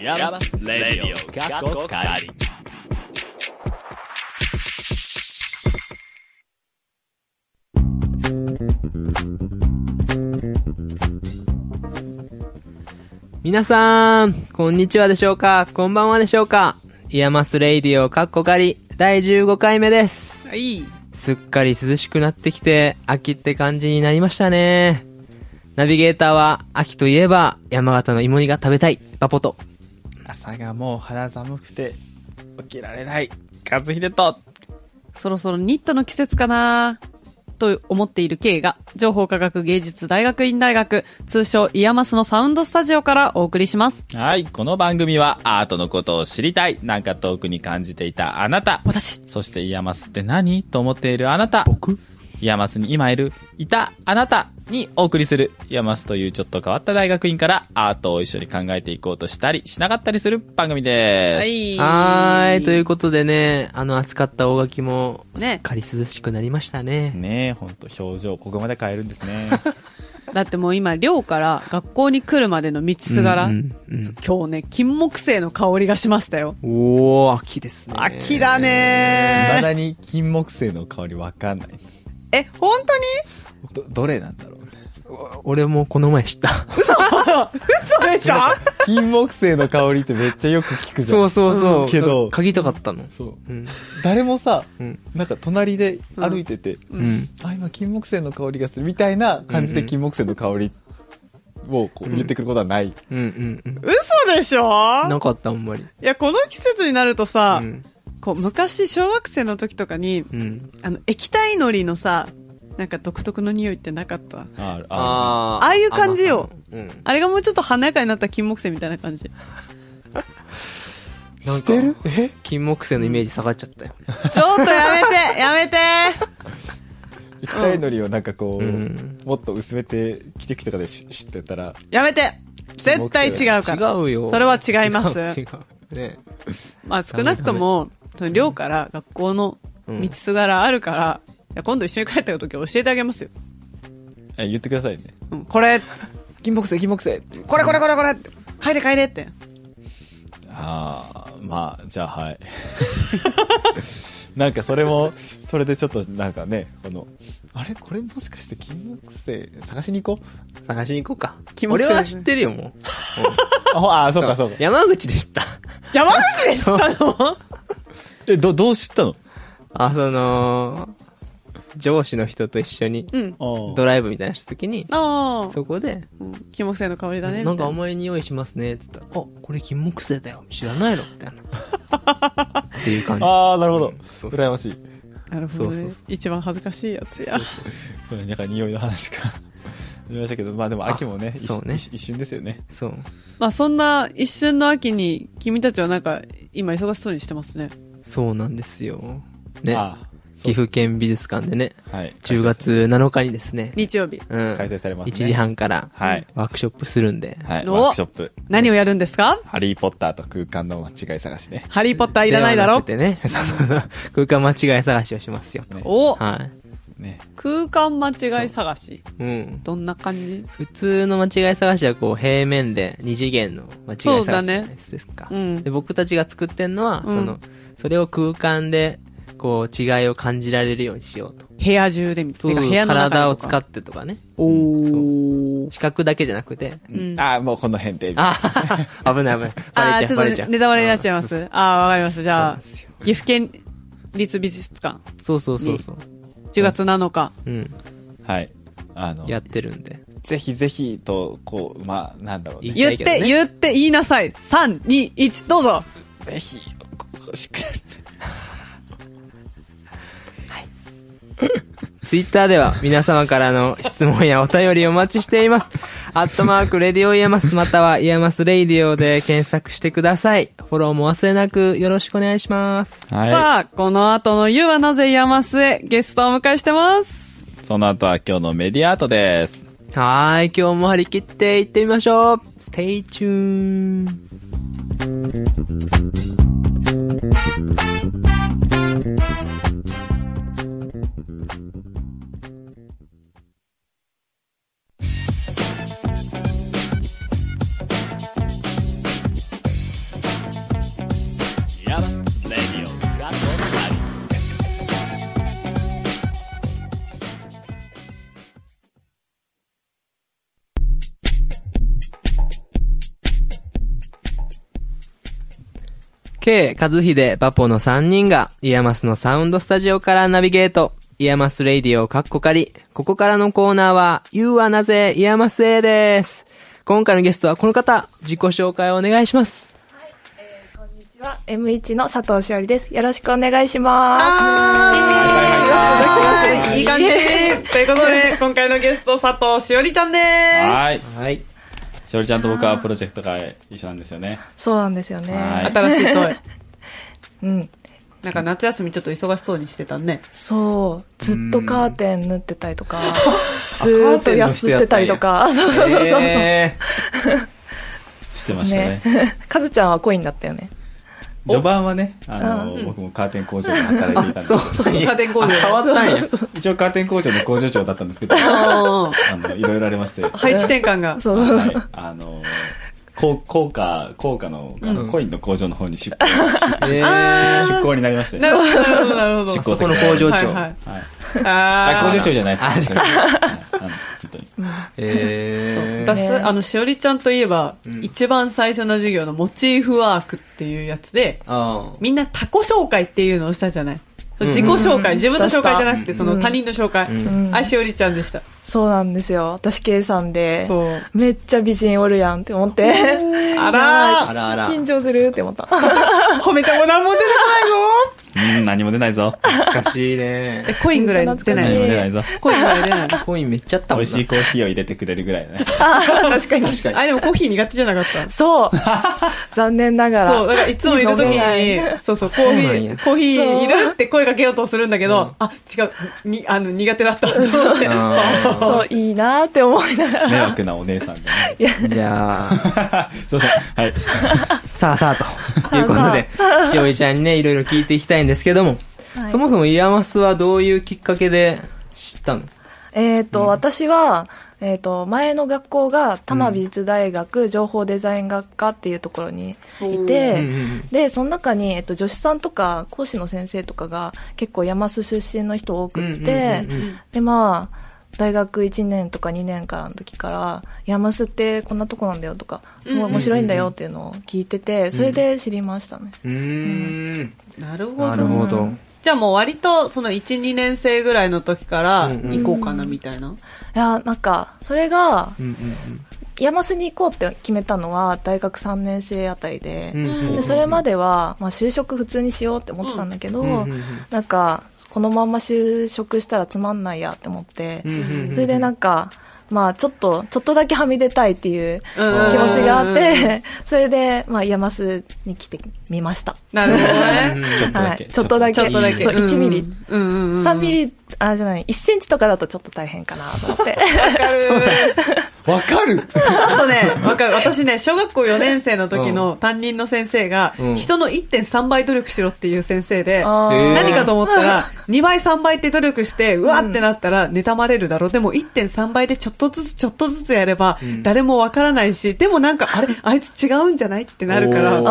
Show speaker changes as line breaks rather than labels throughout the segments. ヤマスレディオ過去仮
皆さん、こんにちはでしょうかこんばんはでしょうかイヤマスレイディオカッコカリ第15回目です。
はい。
すっかり涼しくなってきて、秋って感じになりましたね。ナビゲーターは、秋といえば、山形の芋煮が食べたい、バポと。
朝がもう肌寒くて、起きられない。和秀と。
そろそろニットの季節かなと思っている K が、情報科学芸術大学院大学、通称イヤマスのサウンドスタジオからお送りします。
はい、この番組はアートのことを知りたい、なんか遠くに感じていたあなた、
私、
そしてイヤマスって何と思っているあなた、僕イヤマスに今いる、いたあなたにお送りする、イヤマスというちょっと変わった大学院からアートを一緒に考えていこうとしたり、しなかったりする番組です。
い
はーい、ということでね、あの暑かった大垣も、す
ね
っかり涼しくなりましたね。
ねえ、ほんと表情、ここまで変えるんです ね。
だってもう今、寮から学校に来るまでの道すがら、
うんうん
今日ね、金木犀の香りがしましたよ。
おー、秋ですね。
秋だ
ま
ね
だに金木犀の香りわかんない。
ー。え、本当に
ど、どれなんだろう
俺もこの前知った。
嘘嘘でしょ
金木犀の香りってめっちゃよく聞くじゃん。
そうそうそう。
けど
嗅ぎたかったの。
そう。
うん。
誰もさ、
うん
なんか隣で歩いてて、
うん。
あ、今金木犀の香りがするみたいな感じで金木犀の香りをこう言ってくることはない。
うんうんうん。
嘘でしょ
なかった、あんまり。
いや、この季節になるとさ、
うん。
こう昔小学生の時とかに、
うん。
あの、液体海苔のさ、なんか独特の匂いってなかった。
ああ
あ
ーああいう感じよ。
うん。
あれがもうちょっと華やかになった金木犀みたいな感じ。
してるえ
金木犀のイメージ下がっちゃったよ。
ちょっとや めてやめて
液体のりをなんかこう、
うん
もっと薄めて、切り口とかでし知ってたら、
やめて絶対違うから。
違うよ。
それは違います
違う。違うね。
まあ少なくとも、その寮から学校の道すがらあるから、いや今度一緒に帰った時教えてあげますよ。
え言ってくださいね。
うん、これ、
金木犀、金木犀
これこれこれこれ帰れ帰れって。
ああ、まあ、じゃあはい。
なんかそれも、それでちょっとなんかね、この、あれこれもしかして金木犀探しに行こう
探しに行こうか。
金木
俺
犀
は知ってるよ、 も
あほ、あ、そうかそう
う
か。。
山口で知った。
山口でしたの
え、ど、どう知ったの
あ、その、上司の人と一緒に、
うん。
ドライブみたいなした時に、
ああ。
そこで、
うん金木犀の香りだね。
なんか
み
甘い匂いしますね、つったら、あ、これ金木犀だよ。知らないのみたいな。 っていう感じ。
ああ、なるほど。
そう
羨ましい。
たいななるほど
そう
ね
そうそ。
一番恥ずかしいやつや。
そうねなんか匂いの話から始まりましたけど、まあでも秋もね、
あ
一
そうね
一一瞬ですよね。
そう。
まあそんな一瞬の秋に君たちはなんか今忙しそうにしてますね。
そうなんですよ。ね。
あ
岐阜県美術館でね、
あはい。
10月7日にですね、
日曜日。
うん、
開催されますね
1時半から、
はい
ワークショップするんで、
はい。
お
ワークショップ。
何をやるんですか
ハリーポッターと空間の間違い探しね。
ハリーポッターい
で
ら
は
ないだ
な
ろ
くてね、 そうそうそう、空間間違い探しをしますよと。
ね
お
はい。
ね。
空間間違い探し。
うん。
どんな感じ
普通の間違い探しはこう平面で二次元の間違い探し
そうだ
の
ね
やつですか。
うん
で僕たちが作ってんのは、
うん
その、それを空間で、こう違いを感じられるようにしようと。
部屋中で見つ
そう
けた。部屋の中
体を使
って。
ってとかね。
おー。
視覚だけじゃなくて、
うん
ああ、もうこの辺で。
あー危ない危ない。バ
あー
レち
ち
ゃう、
ょ
バ
っ
レちゃ
と
う。
ネタバレになっちゃいます。あーわかりました。じ
そうな
ゃ
ん
あ
で、すよ
岐阜県立美術館、
そうそうそうそう。
10月7日。
うん。
はい。あの、
やってるんで。
ぜひぜひと、こう、まあ、なんだろうね。
い
言って、言って、言いなさい。3、2、1、どうぞ。
ぜひ、ここしくなって
ツイッターでは皆様からの質問やお便りお待ちしています。アットマーク、レディオイヤマスまたはイヤマスレイディオで検索してください。フォローも忘れなくよろしくお願いします。
は
さあ、この後の You はなぜ山末、ゲストをお迎えしてます。
い。その後は今日のメディアアートです。
はーい、今日も張り切って行ってみましょう。Stay tuned!
「
K、和秀、バポの3人が、イヤマスのサウンドスタジオからナビゲート。イヤマスレイディオをカッコ仮。ここからのコーナーは、You はなぜイヤマスへです。今回のゲストはこの方、自己紹介をお願いします。
こんにちは M1 の佐藤しおりです。よろしくお願いします。
いい感じということで、今回のゲスト、佐藤しおりちゃんでー
はい。
はい。
しおりちゃんと僕はプロジェクトが一緒なんですよね。
そうなんですよね。
は
す。新しい問い。
うん。
なんか夏休みちょっと忙しそうにしてたね。
そう。ずっとカーテン縫ってたりとか、 ずーっと休ってたりとか、そうそう そうそう。
え
してましたね。
ね。 かずちゃんはコインだったよね。
序盤はね、あの、僕もカーテン工場で働いていたんですけど、
家庭工場。変わったんや。
一応カーテン工場の工場長だったんですけ ど、あの、いろいろありまして、
配置転換が。
そう。
はい、あの、こう効果、効果の、あのコインの工場の方に出向、
ー、 え
あ
出向になりまして、
なるほど、なるほど、なるほど。
出
ー、
向
そこの工場長。
はいはい。
はい。あ
あ
工
ー
場長じゃない
あ
です。
じ
はいあの本当に。
えー、
私、
ね
あの、しおりちゃんといえば、一番最初の授業のモチーフワークっていうやつで、
あ
みんな他己紹介っていうのをしたじゃない。そう自己紹介、自分の紹介じゃなくて、その他人の紹介。あ、しおりちゃんでした。
そうなんですよ。私、計算で、
そう
めっちゃ美人おるやんって思って、
あ
ーあ
ら
らあら。
緊張するって思った。
ー、褒めても何も出て こ
うん、何も出ないぞ。
懐かしいね
ない。ぞ。コインぐらい出な
何も
い。
出ないぞ。
コインぐらい出ない。
コインめっちゃあった
美
も
味
んな。
しいコーヒーを入れてくれるぐら いだね。
確かに。
確か
あ、でもコーヒー苦手じゃなかった。
そう。残念ながら。
そう、だからいつもいるときに、そうそう、コーヒ
そうなんや
ー、コーヒーいるって声かけようとするんだけど、あ、違う、に、あの、苦手だった。そうって。
あ
そう、いいなーって思いながら。
迷惑なお姉さんでね。
に。じゃあ、
そうそう。はい。
さあさあということで、しおりちゃんにね、いろいろ聞いていきたいんですけども、そもそもイヤマスはどういうきっかけで知ったの
えっ、と、私は、えっ、と、前の学校が、多摩美術大学情報デザイン学科っていうところにいて、
うんうん
で、その中に、えっ、と、女子さんとか講師の先生とかが結構山須出身の人多くって、
うんうんうん
で、まあ、大学1年とか2年からの時から、山須ってこんなとこなんだよとか、すごい面白いんだよっていうのを聞いてて、それで知りましたね。
うーん。
なるほ
なる
ど。
ほど。
じゃあもう割と、その1、2年生ぐらいの時から、行こうかな、みたいな。
いや、なんか、それが、
うんうん
山須に行こうって決めたのは大学3年生あたりで、
うんうんうん
でそれまでは、まあ、就職普通にしようって思ってたんだけど、
うんうんうん
なんかこのまま就職したらつまんないやって思って、
うんうんうん
それでなんか、まあ、ちょっとちょっとだけはみ出たいっていう気
うん
持ちがあって、それで、まあ、山須に来てみました。
なるほどね。
ちょっとだ
は
け。
い、ちょっとだけ
ちょっとだけ。
そう1ミリ、
うんうんうん。
3ミリあじゃない1センチとかだとちょっと大変かなと思って
わかる。
わかる
ちょっとね、わかる。私ね、小学校4年生の時の担任の先生が
うん、
人の1.3倍努力しろっていう先生で、
あー
へー
何かと思ったら、2倍、3倍って努力して、うわってなったら、妬まれるだろう。でも、1.3倍でちょっとずつ、ちょっとずつやれば、誰もわからないし、でもなんか、あれ、あいつ違うんじゃないってなるから、
あ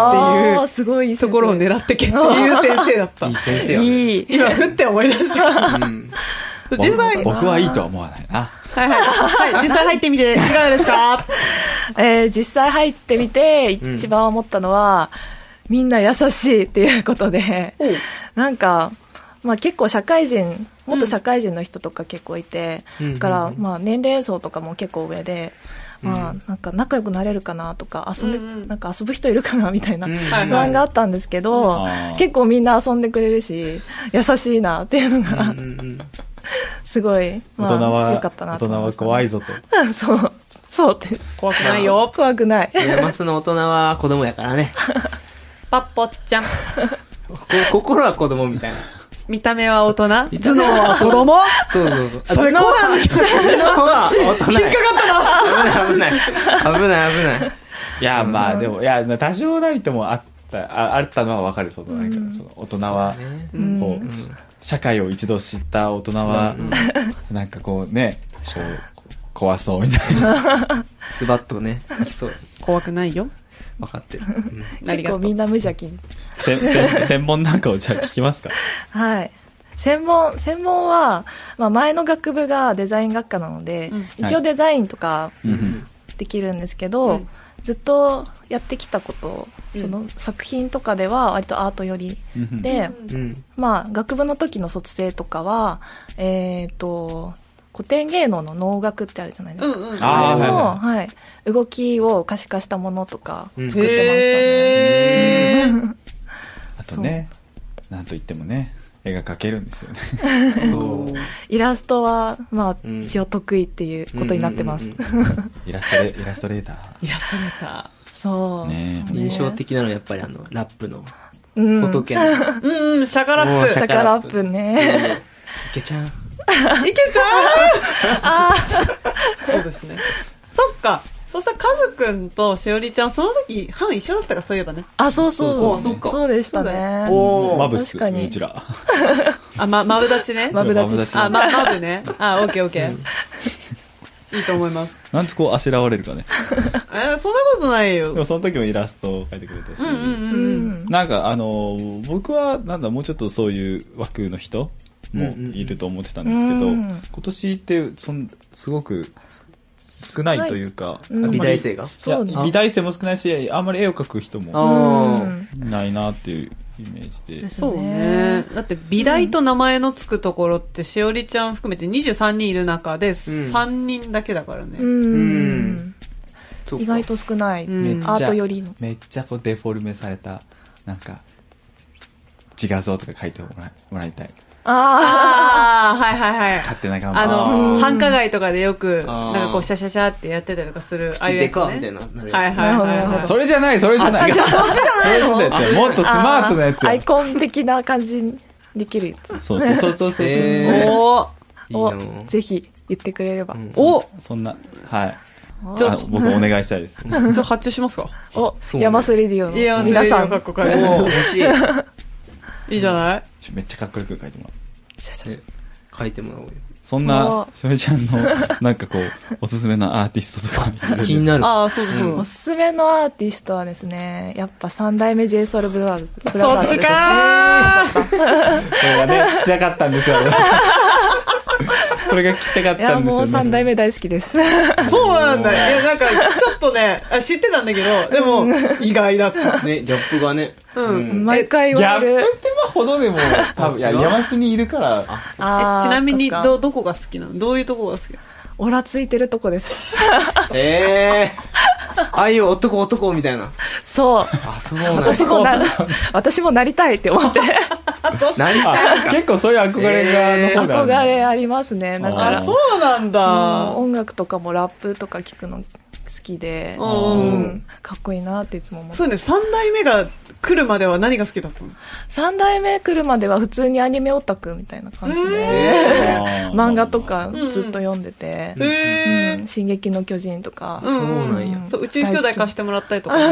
ー
って
すごい
いうところを狙ってけっていう先生だった
いい。先生やね。
いい
今、ふって思い出した。実際、はい
僕はいいとは思わないな。
はい。はい、実際入ってみて、いかがですか
えー実際入ってみて一番思ったのは、みんな優しいっていうことで
おう
なんか、まあ、結構社会人元社会人の人とか結構いて、
うん
だから、まあ、年齢層とかも結構上で、まあ、なんか仲良くなれるかなとか遊んで、
うんうん
なんか遊ぶ人いるかなみたいな
うん
不安があったんですけど、
あー
結構みんな遊んでくれるし優しいなっていうのが、
うんうん
すごい、
大
まあ、
人
良
は
かった、な
大
と思
人
いま
は
した
怖いぞと。
そうそうって
怖くないよ。
怖くない
イヤマスの大人は子供やから ね。
パッポちゃん。
こ心は子供みたいな。
見た目は大人。頭 脳は子供。
そうそうそう。
それ
頭脳
怖い
は大人
引
や
っかかったな。
危ない危ない。危ない危ない。
いや、まあでも、いや、多少なりともあった、ああったのはわかる。その、なんか、その、大人は、こう、社会を一度知った大人は、なんかこうね、こう怖そうみた いな。
ズバッとね、いきそう。
怖くないよ。
分かってる。
あり
結
がと
構み
う。
んな無邪気に
せんせん専門なんかをじゃあ聞きますか。
はい。専門、専門は、まあ前の学部がデザイン学科なので、
うん
一応デザインとか
うんうん
できるんですけど、ずっとやってきたことをその作品とかでは割とアート寄り
うん
で、
うん。
まあ、学部の時の卒生とかは、えっ、と、古典芸能の能楽ってあるじゃないで
う
す
ん
か。
うん。
あー
あれの、
は
はい、動きを可視化したものとか
うん
作ってましたね。
へー
あとね、なんといってもね、絵が描けるんですよね。
そう。
イラストは、まあ、
うん
一応得意っていうことになってます。
うんうんうん
イラストレ、イラストレーター。
イラストレータ
そう。
ねえ
印象的なのはやっぱりあの、ラップの、
うん。
仏の。
ー。うんうん、シャカラッ
もう
プ。
シ
シ
ャ
ャカラップね。
いけちゃう。
いけちゃう そうですね。そっか。そしたら、カズくんとしおりちゃん、その時、班一緒だったか、そういえばね。
あ、そうそう
そう
そうそうか
そうでした
そうだ
ね。
お
マブス、
確かに
うちら。
あ、ま、マブダチね。
マブダチ
マブダ
で
チ
す。
あ、ま、マブね。あ、オッケーオッケー。いいと思います。
なんてこう、あしらわれるかね。
え、そんなことないよ。
でもその時もイラストを描いてくれたし。
うんうん
う
うん。
ん。
なんかあのー僕はなんだもうちょっとそういう枠の人もいると思ってたんですけど、
うん
今年ってそんすごく少ないというか、
うん
あんまり
美大生が
いや
そうね
美大生も少ないしあんまり絵を描く人も
う
あ
ん
いないなっていうイメージで
です
そうね。だって、美大と名前のつくところって、しおりちゃん含めて23人いる中で、3人だけだからね。
う
うん
ん。
あ。
意外と少ない。
うん
めっちゃ
アート寄りの
めっちゃこうデフォルメされた、なんか、自画像とか描いてもらいもらいたい。
ああ。
ああ、はいはいはい。
勝手な願
あ
望。
の、
うん
繁華街とかでよく、
あー
なんかこう、シャシャシャってやってたりとかする、ああいう
で
やつ、ね。
かみたいな。なるやつ
はいはいはい、
なるほ
は
ど
い。
それじゃない、それじゃない。それじゃないもっとスマートなやつ
あー
よ
アイコン的な感じにできるやつ
そうそうそうそうそう、
えー
お
いい
を
の
ぜひ言ってくれれば、
ん
おお
そんなはい
ちょ
あ僕お願いしたいです
ちょ、発注しますか
お
そうね
ヤマスレディオ
いや、
の皆さん
かっこか
お欲しい。
いいじゃない
ちょめっちゃかっこよく描いてもらう。
え書いてもらおうよ。
そん
お
なしおりちゃんのなんかこうおすすめのアーティストとかいるんです
気になる。
ああ、そうそうそう
おすすめのアーティストはですねやっぱ三代目 JSOUL ブラザーズブラザ
そ
ー
っ
ズ
ち
です
かー
それがね、聞きたかったんです よ。それが聞きたかっ
い
た
や
んですよ、ね。
もう三代目大好きです
そうなんだ。いや、なんか、ちょっとね、あ知ってたんだけど、でも、意外だった。
ね、ギャップがね。
うん
毎回
ギ
言
ャ
わ
ッ
れ
プ
る
ってまほどでも、多分、いや、
違う
山洲にいるから、
え
あー
ちなみに、
そっか
ど、どこが好きなのどういうとこが好き
オラついてるとこです
ええー。ああいう男男みたいな。
そう
あ、そうなんだ。
私も な私もなりたいって思って
何
あ結構そういう憧れが、の方が、
憧れありますねだか
あ
ら
あ、そうなんだ。
音楽とかもラップとか聞くの好きで、
うんうんうん
うんかっこいいなっていつも思って
そうね、三代目が来るまでは何が好きだったの
3代目来るまでは普通にアニメオタクみたいな感じ で、
あー
漫画と。かずっと読んでて
へ、え
うん進撃の巨人」とか、
ー。
そうなんや
んそう、宇宙兄弟貸してもらったりとかね。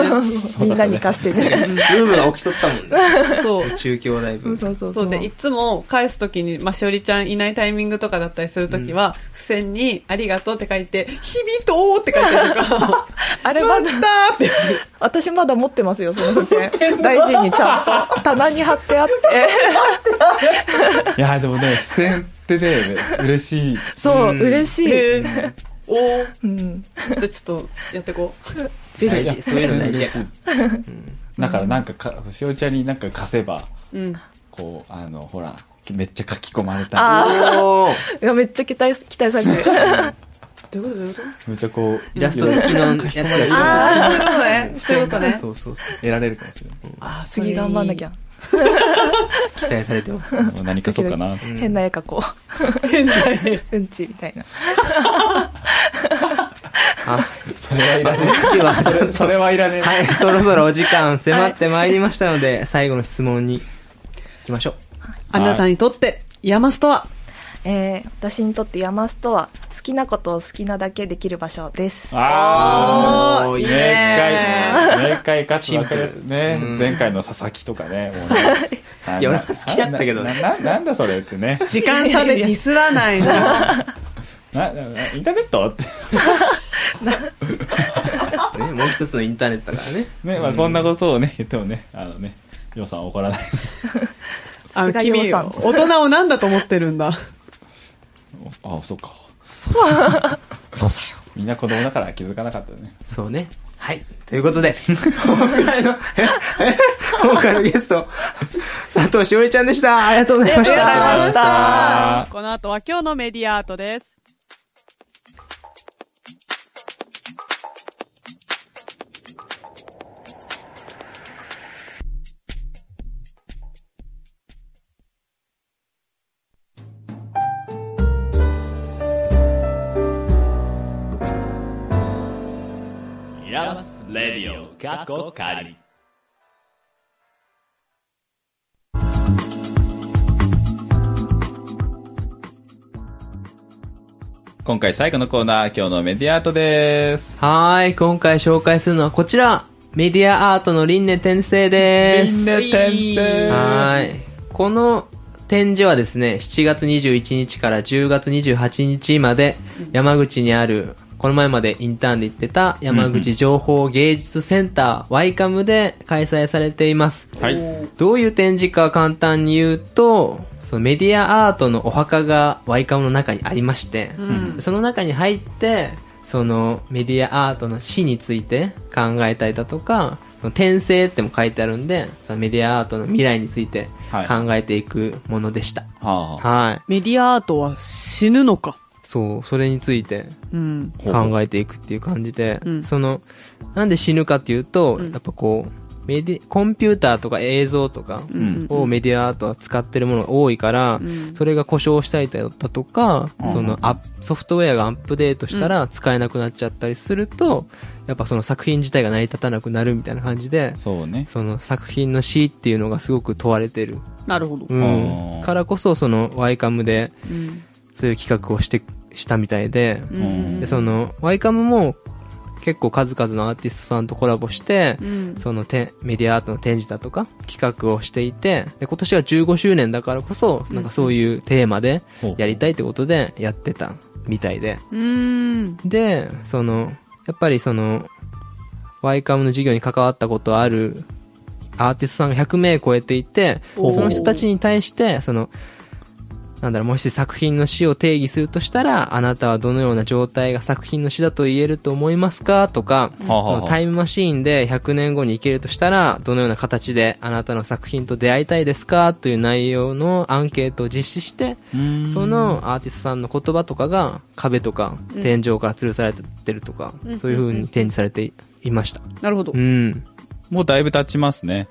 みんなに貸してね
ブームが起きとったもんね。
そう。
中京大ブ
そ
ー
う
ム。
そうそう
そうで、いつも返すときに、まあ、しおりちゃんいないタイミングとかだったりするときは、付箋に、ありがとうって書いて、ひびとーって書いてるとか、
あれ
な
ま
んだ
だ
ーって。
私まだ持ってますよその付箋大事にちゃんと棚に貼ってあって
いや、でもね、視線ってね、嬉しい。
そう、嬉しい、
えー、おー。
うん、
じゃあちょっと、やってこう。
ぜ
いや
ひ、そういうの大事や
嬉しい。だからなんかか、しおりちゃんになんか貸せば、
うん。
こう、あの、ほら、めっちゃ書き込まれた。
あ
おー
あいやめっちゃ期待期待されてる
どういうことどういうこと
めっちゃこう、
イラスト付きのやつがいる
あー、そういうことね。そ
そ。
ういうことね
うそうそう。
得られるかもしれない。
あー、
次頑張んなき
ゃ。
ゃ
期待されてます。
もう何かそうかな
変な絵描こ
変な絵。
ううんちみたいな
あ、
それはいらね
うちは
え。それ、それはいらねえ。
はい、そろそろお時間迫ってまいりましたので、最後の質問に行きましょう。
あなたにとって、山スとは
えー私にとって山スとは好きなことを好きなだけできる場所です。
ああ
おー、いい
明
ね
快、明快かつわかりやすいね。前回の佐々木とかね、もうね
いや俺も好きだったけどね
ななななんだそれってね。
時間差でディスらないの。
な、ななインターネットって。
ね、もう一つのインターネットだからね。
ね、まあこんなことをね、言ってもね、あのね、ようさん 怒らない。
あの、
菅
君、
洋さん
大人を何だと思ってるんだ。
ああ、そうか。そうだよ。みんな子供だから気づかなかったよね。
そうね。はい。ということで、今回の、 今回のゲスト、佐藤しおりちゃんでした。ありがとうございまし
ありがとうございました
た。
あ
この後は今日のメディアアートです。
ヤマスレディオ過去仮今回最後のコーナー今日のメディアアートです
はーい。今回紹介するのはこちら。メディアアートの輪廻転生です。
輪廻転生
はーい。この展示はですね、7月21日から10月28日まで、山口にある、この前までインターンで行ってた山口情報芸術センター、ワイカムで開催されています。
はい
どういう展示か簡単に言うと、そのメディアアートのお墓がワイカムの中にありまして、その中に入って、そのメディアアートの死について考えたりだとか、その転生っても書いてあるんで、そのメディアアートの未来について
はい
考えていくものでした。
はあ
はい。
メディアアートは死ぬのか。
そう、それについて
うん。
考えていくっていう感じで、
うん
その、なんで死ぬかっていうと、
ん
やっぱこう、メディ、コンピューターとか映像とか、
ん
をメディアアートは使ってるものが多いから、
ん
それが故障したりだとか、
うん
そのアップソフトウェアがアップデートしたら使えなくなっちゃったりすると、やっぱその作品自体が成り立たなくなるみたいな感じで、
そうね
その作品の死っていうのがすごく問われてる。
なるほど。
う
あー
ん。からこそそのワイカムで
うん。
そういう企画をして、したみたいで、
う
うん
ん
で、。その、ワイカムも結構数々のアーティストさんとコラボして、
うん
そのてメディアアートの展示だとか企画をしていて、で、今年は15周年だからこそ、なんかそういうテーマで
ほう
やりたいってことでやってたみたいで。
うん。
で、その、やっぱりその、ワイカムの授業に関わったことあるアーティストさんが100名超えていて、
おー
その人たちに対して、その、なんだろう、もし作品の死を定義するとしたら、あなたはどのような状態が作品の死だと言えると思いますかとか、
はあはあ
そのタイムマシーンで100年後に行けるとしたら、どのような形であなたの作品と出会いたいですかという内容のアンケートを実施して、
うん
そのアーティストさんの言葉とかが壁とか天井から吊るされてるとか、そういう風に展示されていました。
なるほど
う。ん。
もうだいぶ経ちますね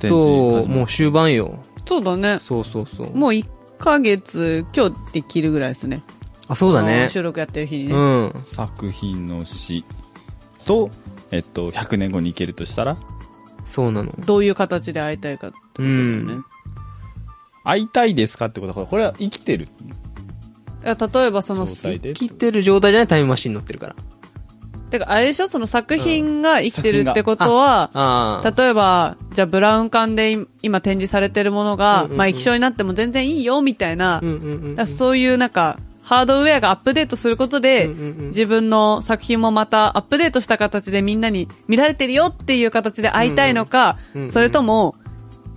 展示
そう、
始ま
もう終盤よ。
そうだね。
そうそうそう。
もう1ヶ月、今日できるぐらいですね。
あ、そうだ
あの
ね。
収録やってる日
う
にね。
ん。
作品の詩と、えっと、100年後に行けるとしたら、
そうなの。
どういう形で会いたいかってことだよね。
会いたいですかってことは、これは生きてる
だから例えばその、
状態で。
切ってる状態じゃないタイムマシンに乗ってるから。
てか、あれでしょその作品が生きてるってことは、
ああ。
例えば、じゃあブラウン管でい今展示されてるもの
う
が、
んうんうん
まあ液晶になっても全然いいよ、みたいな、
うんうんうん。
だからそういうなんか、ハードウェアがアップデートすることで、
うんうんうん
自分の作品もまたアップデートした形でみんなに見られてるよっていう形で会いたいのか、
うんうん
それとも、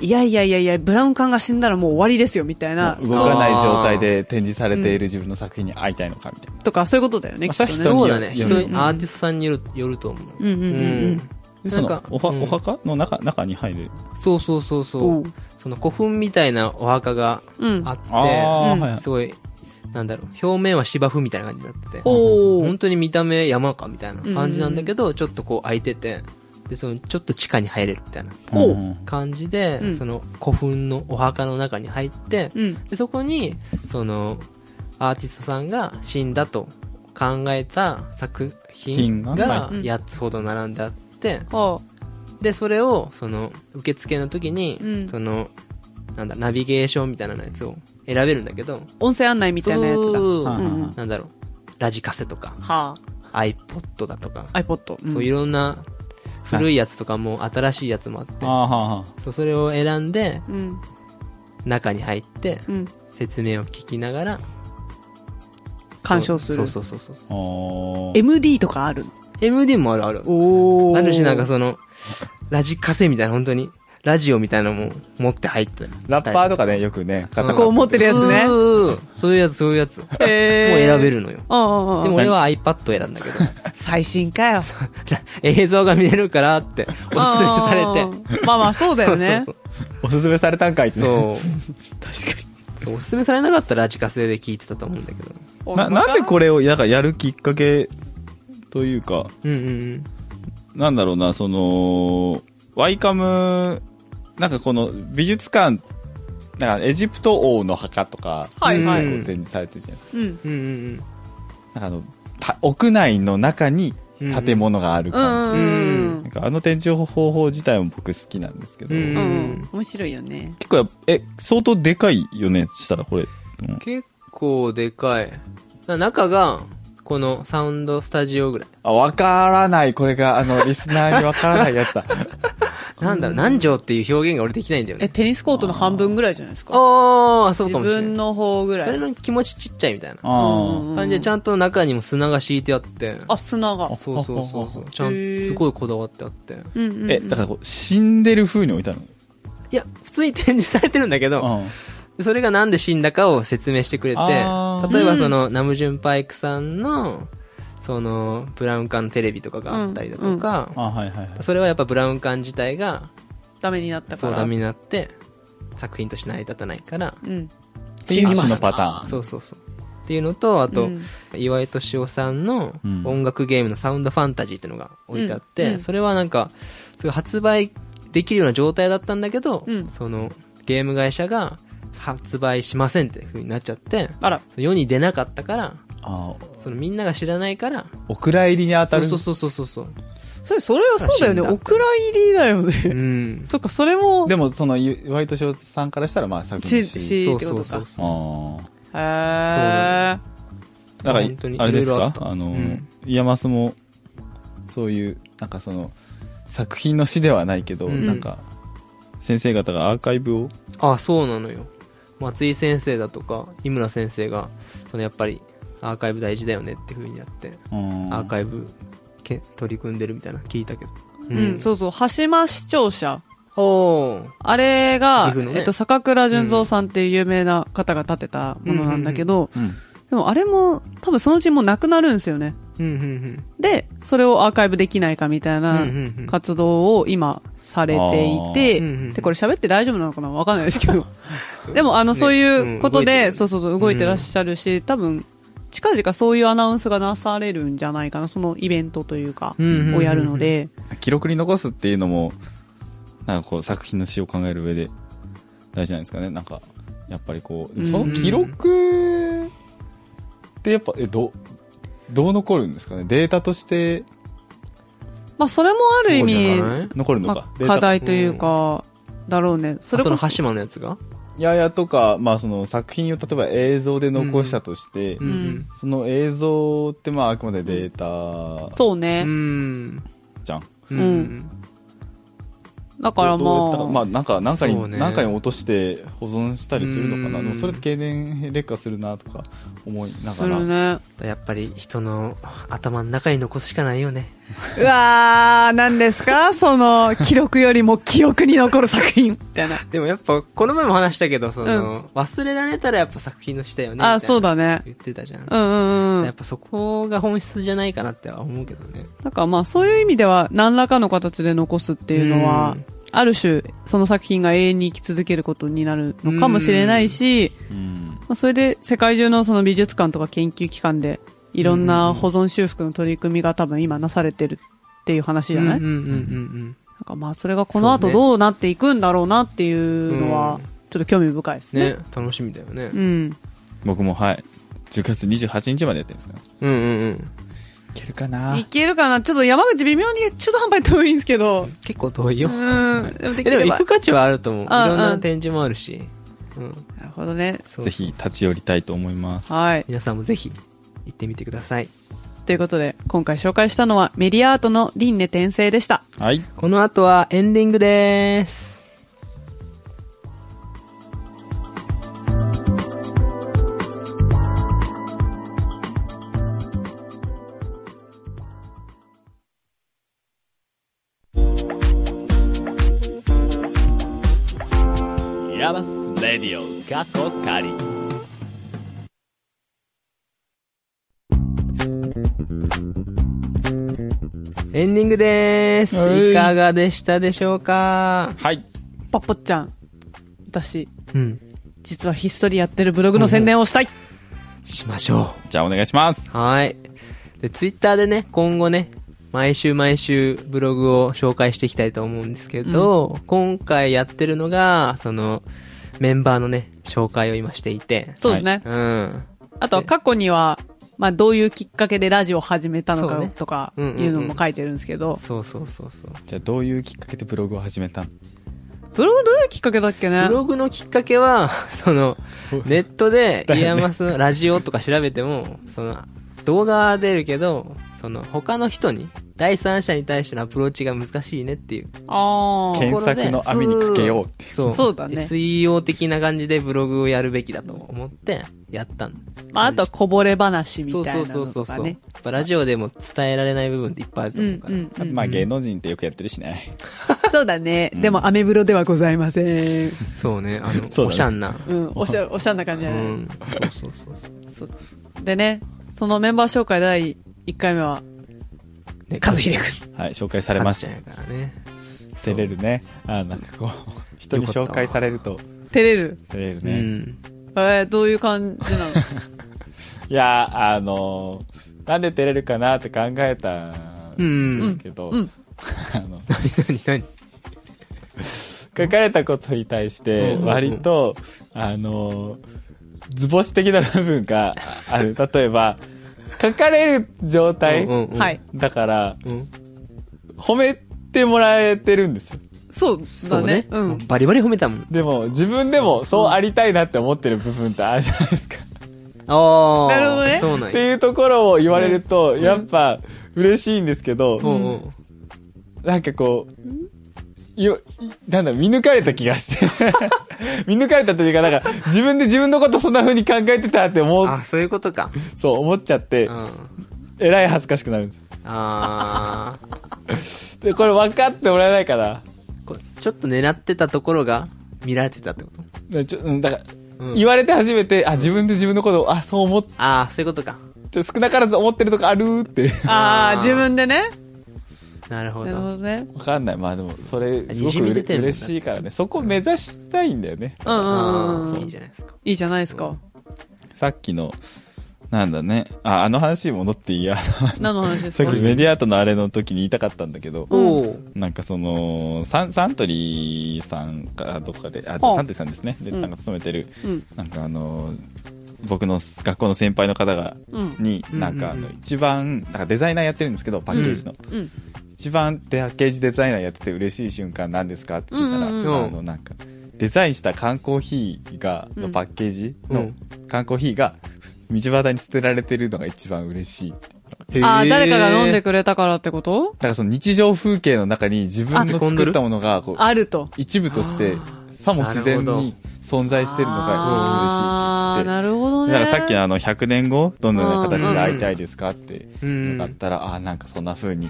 いやいやいやいや、ブラウン管が死んだらもう終わりですよみたいな、
動かない状態で展示されている自分の作品に会いたいのかみたいな。
とかそういうことだよね、
まあ
きっ
そ
とね。
れは
そうだね。
よ
人
る
に、アーティストさんによるよると思う。
うんうんうんうん
でそ
な
の
んか
おは、
うん
お墓の中、中に入る。
そうそうそうそ
お
う
う。
その古墳みたいなお墓が
うん
あって、
ああ、
うん
はいはい。
すごい、なんだろう、表面は芝生みたいな感じになってて、
おー
本当に見た目山かみたいな感じなんだけど、ちょっとこう空いてて、で、その、ちょっと地下に入れるみたいな
おう
うん
感じで、
うん
その古墳のお墓の中に入って、
うん。
で、そこに、その、アーティストさんが死んだと考えた作品
品が
が
はい
8つほど並んであって、
は
で、それを、その、受付の時に、
うん
その、なんだ、ナビゲーションみたいなやつを選べるんだけど、
音声案内みたいなやつ
そ
だ。は
う
はいはいはい
なんだろう、ラジカセとか、
あ。
iPod だとか、
iPod。うん
そういろんな古いやつとかも新しいやつもあって
あ、あ、はあは
そうそれを選んで
うん。
中に入って
うん。
説明を聞きながら
鑑賞する。
そうそうそうそう
あ。おー
MD とかあるの
MD もあるある
お
あるしなんかそのラジカセみたいな本当にラジオみたいなのも持って入って
ラッパー
と
とかね、よくね、買ってもら
こう持ってるやつね。
そういうやつ、そういうやつ。もう
えー
選べるのよ。
うんうんうん
でも俺は iPad を選んだけど、
最新か よ。
映像が見れるからって、おすすめされて。
て。まあまあ、そうだよね。
そう
おすすめされたんかいってね。
そうそう。そう。確かに。そう、おすすめされなかったらラジカセで聞いてたと思うんだけど。
な、なんでこれを、なんかやるきっかけというか、
うんうん
なんだろうな、その、ワイカム、なんかこの美術館、なんかエジプト王の墓とか、
はいはい。
うん
こう展示されてるじゃない
うん。
うん。うんうん
なんかあの、た屋内の中に
うん。
建物がある
う
感じ。
ん。うん
なんかあの展示方法自体も僕好きなんですけど、
うん
う
うん
ん。面白いよね。
結構やっぱえ、相当でかいよね、したらこれ。うん
結構でかい。な中が、このサウンドスタジオぐらい。
あ、わからない、これが、あの、リスナーにわからないやつ だ。
なんだろう、何畳っていう表現が俺できないんだよ
え、
ね。
テニスコートの半分ぐらいじゃないですか。
ああ、そう
自
かもしれ
分
ない。
の方ぐら
それ
い。
の気持ちちっちゃいみたいな。
あ
うん
感じで、ちゃんと中にも砂が敷いてあって。
あ、砂が。
そうそうそうそう。ちゃ
へ
ん
ー
すごいこだわってあって。
うんうんう
あ。
ん
え、だからこう、死んでる風に置いたの
いや、普通に展示されてるんだけど、
うん。
それがなんで死んだかを説明してくれて、
あー
例えばその、ナムジュンパイクさんの、その、ブラウン管テレビとかがあったりだとか、
あ、はいはいはい。
それはやっぱブラウン管自体が、
ダメになったか
そう
ら。
ダメになって、作品として成り立たないから、
うん。
死にました
足のパターン。
そうそうそう。っていうのと、あと、
うん
岩井敏夫さんの
うん
音楽ゲームのサウンドファンタジーってのが置いてあって、
うんうん
それはなんか、すごい発売できるような状態だったんだけど、
うん
その、ゲーム会社が発売しませんっていう風になっちゃって、
あら。
その世に出なかったから、
あ
そのみんなが知らないから、
お蔵入りに当た
そう
る。
そうそうそうそうそう。
それ、それはそうだよね。
死んだ
オクラ入りだよ
う
ね。
ん。
そっか、それも、
でも、その、ゆ岩井敏夫さんからしたら、まあ、作品
し、
し
し
そ
っ
う
て
そ
こと
うそう。
か
ああ。
へー。
だから、
本当に
あれです
いろいろあ
か
った
あの
うん、
イヤマスも、そういう、なんかその、作品の詩ではないけど、
うん
なんか、先生方がアーカイブを、
あ、そうなのよ。松井先生だとか、井村先生が、そのやっぱり、アーカイブ大事だよねっていう風にやって、アーカイブけ取り組んでるみたいなの聞いたけど。
うん、そうそう、橋間視聴者。
う。おー
あれ
岐
が、
阜のね
えっと、坂倉淳三さんっていう有名な方が建てたものなんだけど、
うん。
でもあれも、多分そのうちもうなくなるんですよね。
うんうん
で、それをアーカイブできないかみたいな
うんうんうん
活動を今されていて、
あーうんうん
で、これ喋って大丈夫なのかなわかんないです けど。でも、あの、
ね
そういうことで、
うん動いてる
そうそうそう、動いてらっしゃるし、多分、近々そういうアナウンスがなされるんじゃないかな、そのイベントというか、
うんうんうんうん
をやるので、
記録に残すっていうのも、なんかこう、作品の詩を考える上で、大事なんですかね。なんか、やっぱりこう、でもその記録って、やっぱ、え、ど、どう残るんですかね。データとして
まあ、それもある意味、
残るの
ま
か。
あ、
データ
課題というか、だろうね。そ
そ
れ
れ
こ
こそ
そ、
の橋間のやつが
ややとか、まあその作品を例えば映像で残したとして、
うん
その映像ってまああくまでデータ
そう
う
ね。
ん
じゃん。
うん
だか
どう
ら
どうやった
まあ、
まあなんか、なんか
そう
に、
ね
なんかに落として保存したりするのかな。
うん
でもそれって経年劣化するなとか思いな
す
が
る
ら。
ね。
やっぱり人の頭の中に残すしかないよね
うわー、何ですかその、記録よりも記憶に残る作品、みたいな。
でもやっぱこの前も話したけどその、忘れられたらやっぱ作品の詩だよねみたいな
あ、そうだね。
言ってたじゃん、
うんうんう
やっ
ん。
ぱそこが本質じゃないかなっては思うけどね
だからまあ、そういう意味では、何らかの形で残すっていうのは
うん、
ある種、その作品が永遠に生き続けることになるのかもしれないし、
うん。
まあ、それで世界中のその美術館とか研究機関で、いろんな保存修復の取り組みが多分今なされてるっていう話じゃない、
うんうんうんうん
なんかまあそれがこの後どうなっていくんだろうなっていうのは
うん、
ちょっと興味深いです
ね
ね。
楽しみだよね、
うん。
僕もはい。10月28日までやってるんですから。
うん、うんうん
いけるかない
けるかなちょっと山口微妙に中途半端に遠いんですけど。
結構遠いよ、
うん。でもで
え
き
でも
れ
行
ば。
く価値はあると思うい
うん
ろんな
うん
展示もあるし、うん、
なるほどね。
そう
ぜひ立ち寄りたいと思います。
はい。
皆さんもぜひ行ってみてください
ということで、今回紹介したのはメディアアートの輪廻転生でした。
はい。
この後はエンディングです
ヤマスレディオ過去仮
エンディングでーす。いかがでしたでしょうか
はい
パッポッちゃん。私、
うん。
実はひっそりやってるブログの宣伝をしたい。
しましょ
じゃあお願いします
う。はい。で、ツイッターでね、今後ね、毎週毎週ブログを紹介していきたいと思うんですけど、今回やってるのが、その、メンバーのね、紹介を今していて。
そうですね。
うん。
あとは過去には、まあどういうきっかけでラジオを始めたの
そう
か
ね
とか
うんうんうん
いうのも書いてるんですけど、
そうそうそうそう。
じゃあどういうきっかけでブログを始めたの
ブログどういうきっかけだっけね
ブログのきっかけは、 そ の、ネットで、
だよ
イ
ね
ヤマスのラジオとか調べても、その、動画は出るけど、その、他の人に、第三者に対してのアプローチが難しいねっていう。
ああ。
検索の網にかけようって
そう。
そうだね
SEO 的な感じでブログをやるべきだと思って、やったん
まああとはこぼれ話み
そう
た
そ
いうな
そうそ
の
う
と
そ
か
う。やっ
ね。
ぱラジオでも伝えられない部分っていっぱいあると
う
思うんか
う
ら。
んうん。
まあ芸能人ってよくやってるしね
そうだね。でも、アメブロではございません。
そうね、あの、
そうだね
おしゃんな。
うん、おしゃ、おしゃんな感じじ
う
ゃない、
ん。そうそうそうそう。
そうでね、そのメンバー紹介第1回目は、
ね
和秀くん。
はい紹介されまし
勝
た
ちじゃないからね。
照れるねあーなんかこう人に紹介されると
照れる。
照れる
う
ね、
ん。
えー、どういう感じなの
いやーあのーなんで照れるかなって考えたん
う
です
ん。
けど、
うんうん
あの
何何
書かれたことに対して
うん
割と、あのー図星的な部分があある例えば書かれる状態、
うんうんうん
はい。。
だから
うん
褒めてもらえてるんですよ
そう
そ
だ
う
ね
ね。。
う
うん
ん。
バリバリ褒めたもん。
でも自分でもそうありたいなって思ってる部分ってあるじゃないですか
ああ。
なるほどね
そうな
っ
ん
て
や。
いうところを言われると、やっぱ嬉しいんですけど、
うんうん。
なんかこう、よ、いなんだ、見抜かれた気が して。見抜かれたというか、なんか、自分で自分のことそんな風に考えてたって思う、
あ、そういうことか。
そう思っちゃっ
う
て
ん。、あ
えらい恥ずかしくなるんです
あ ー。
よ。で、これ分かってもらえないかな。
こうちょっと狙ってたところが見られてたってこと
でちょうんだから、
うん
言われて初めて、あ、自分で自分のことを、あ、そう思っ
ああ、そういうことか。
て、少なからず思ってるとこあるって。
あ
あー
ー、自分でね。
なるほ
なるほ
ど。
どね。
わかんない。まあでも、それ、すご
にじ
く
み
うれ
出てるもんな
嬉しいからね。そこ目指したいんだよね。
うんうん
あ
うん
あ
う
いい
ん。
じゃないですか。
いいじゃないですか。
さっきの、なんだね。あ、あの話に戻っていいや。
何の話です
さっ
か
きメディアートのあれの時に言いたかったんだけど、
おお。
なんかその、サン、サントリーさんかどっかで、あ、
ほう
サントリーさんですね。で、
うん
なんか勤めてる、
うん。
なんかあの、僕の学校の先輩の方が、
うん。
に、
うん
なんかあ
うんう
の
ん、
一番、なんかデザイナーやってるんですけど、パッケージの。
うん。
一番パッケージデザイナーやってて嬉しい瞬間なんですかって聞いたら、
う
う
ん
んうん
あの、なんか、デザインした缶コーヒーが、のパッケージ
う
の
ん、
缶コーヒーが、道端に捨てられてるのが一番嬉しい。
あー、誰かが飲んで
く
くれたからってこと
だからその日常風景の中に自分の作ったものがこう
あると。
一部として
あ
さも自然
なるほど
に存在してるのが嬉しい
あー、
って
なるほど
言って。
ね。
だからさっきのあの100年後どんなような形
うん
で会いたいですかって
う
の
ん
があっ。たら、ああなんかそんな風に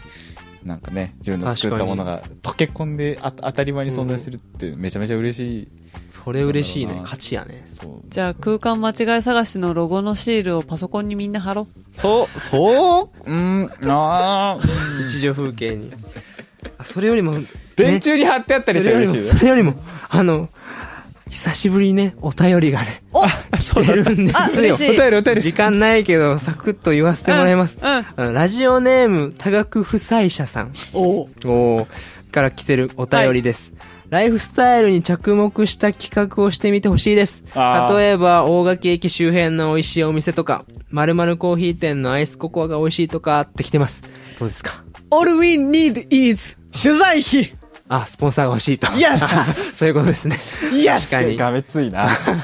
なんかね自分の作ったものが溶け込んであ当たり前に存在してるってめちゃめちゃ嬉しい、
それ嬉しい
な。
ね
んだろうな
価値やね。
そう
じゃあ空間間違い探しのロゴのシールをパソコンにみんな貼ろう。
そうそううんああ
日常風景に。あ、それよりも、
電柱に貼ってあったりし
ねそ
た
れ
ら
より
嬉しいよ
も、そ
ね
れよりも、あの、久しぶりにね、 お便りがね、
そう
出るんで
あ、
す
嬉
よ
し。い。
お便りお便り
時間ないけど、サクッと言わせてもらいます。
うんうん
あのラジオネーム、多額負債者さん。
おう
おーから来てるお便りです。ライフスタイルに着目した企画をしてみてほしいです。
あー
例えば、大垣駅周辺の美味しいお店とか、〇〇コーヒー店のアイスココアが美味しいとかって来てます。どうですか
All we need is 取材費
あ、スポンサーが欲しいと。
Yes
そういうことですね。
Yes
確か
がめついな
そんなこ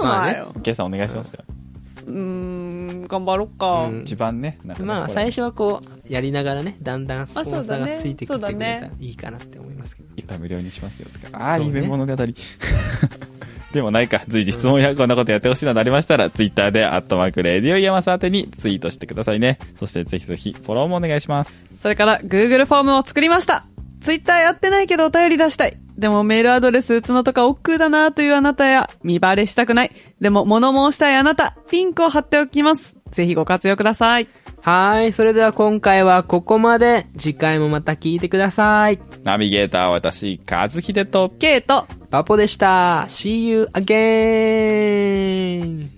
とないよ。
ケイさんお願いしますよ
うーん、頑張ろっか。
うん
一番ねなんか
に。
ね
まあ、
これ
最初はこう、やりながらね、だんだんスポンサ
あそうだ
ー
ね
がついてきてくれ
そう
た
だね
らいいかなって思いますけど。
一回無料にしますよ。ああ、
そうね
夢物語。 でもないか。随時質問やこんなことやってほしいなどありましたら、ツイッターで、アットマークレディオイヤマス宛てにツイートしてくださいね。そしてぜひぜひ、フォローもお願いします。
それから Google フォームを作りました。Twitter やってないけどお便り出したい。でもメールアドレス打つのとか億劫だなというあなたや、見バレしたくない。でも物申したいあなた、ピンクを貼っておきます。ぜひご活用ください。
はい。それでは今回はここまで。次回もまた聞いてください。
ナビゲーターは私、和秀と、
ケイト、
パポでした。See you again!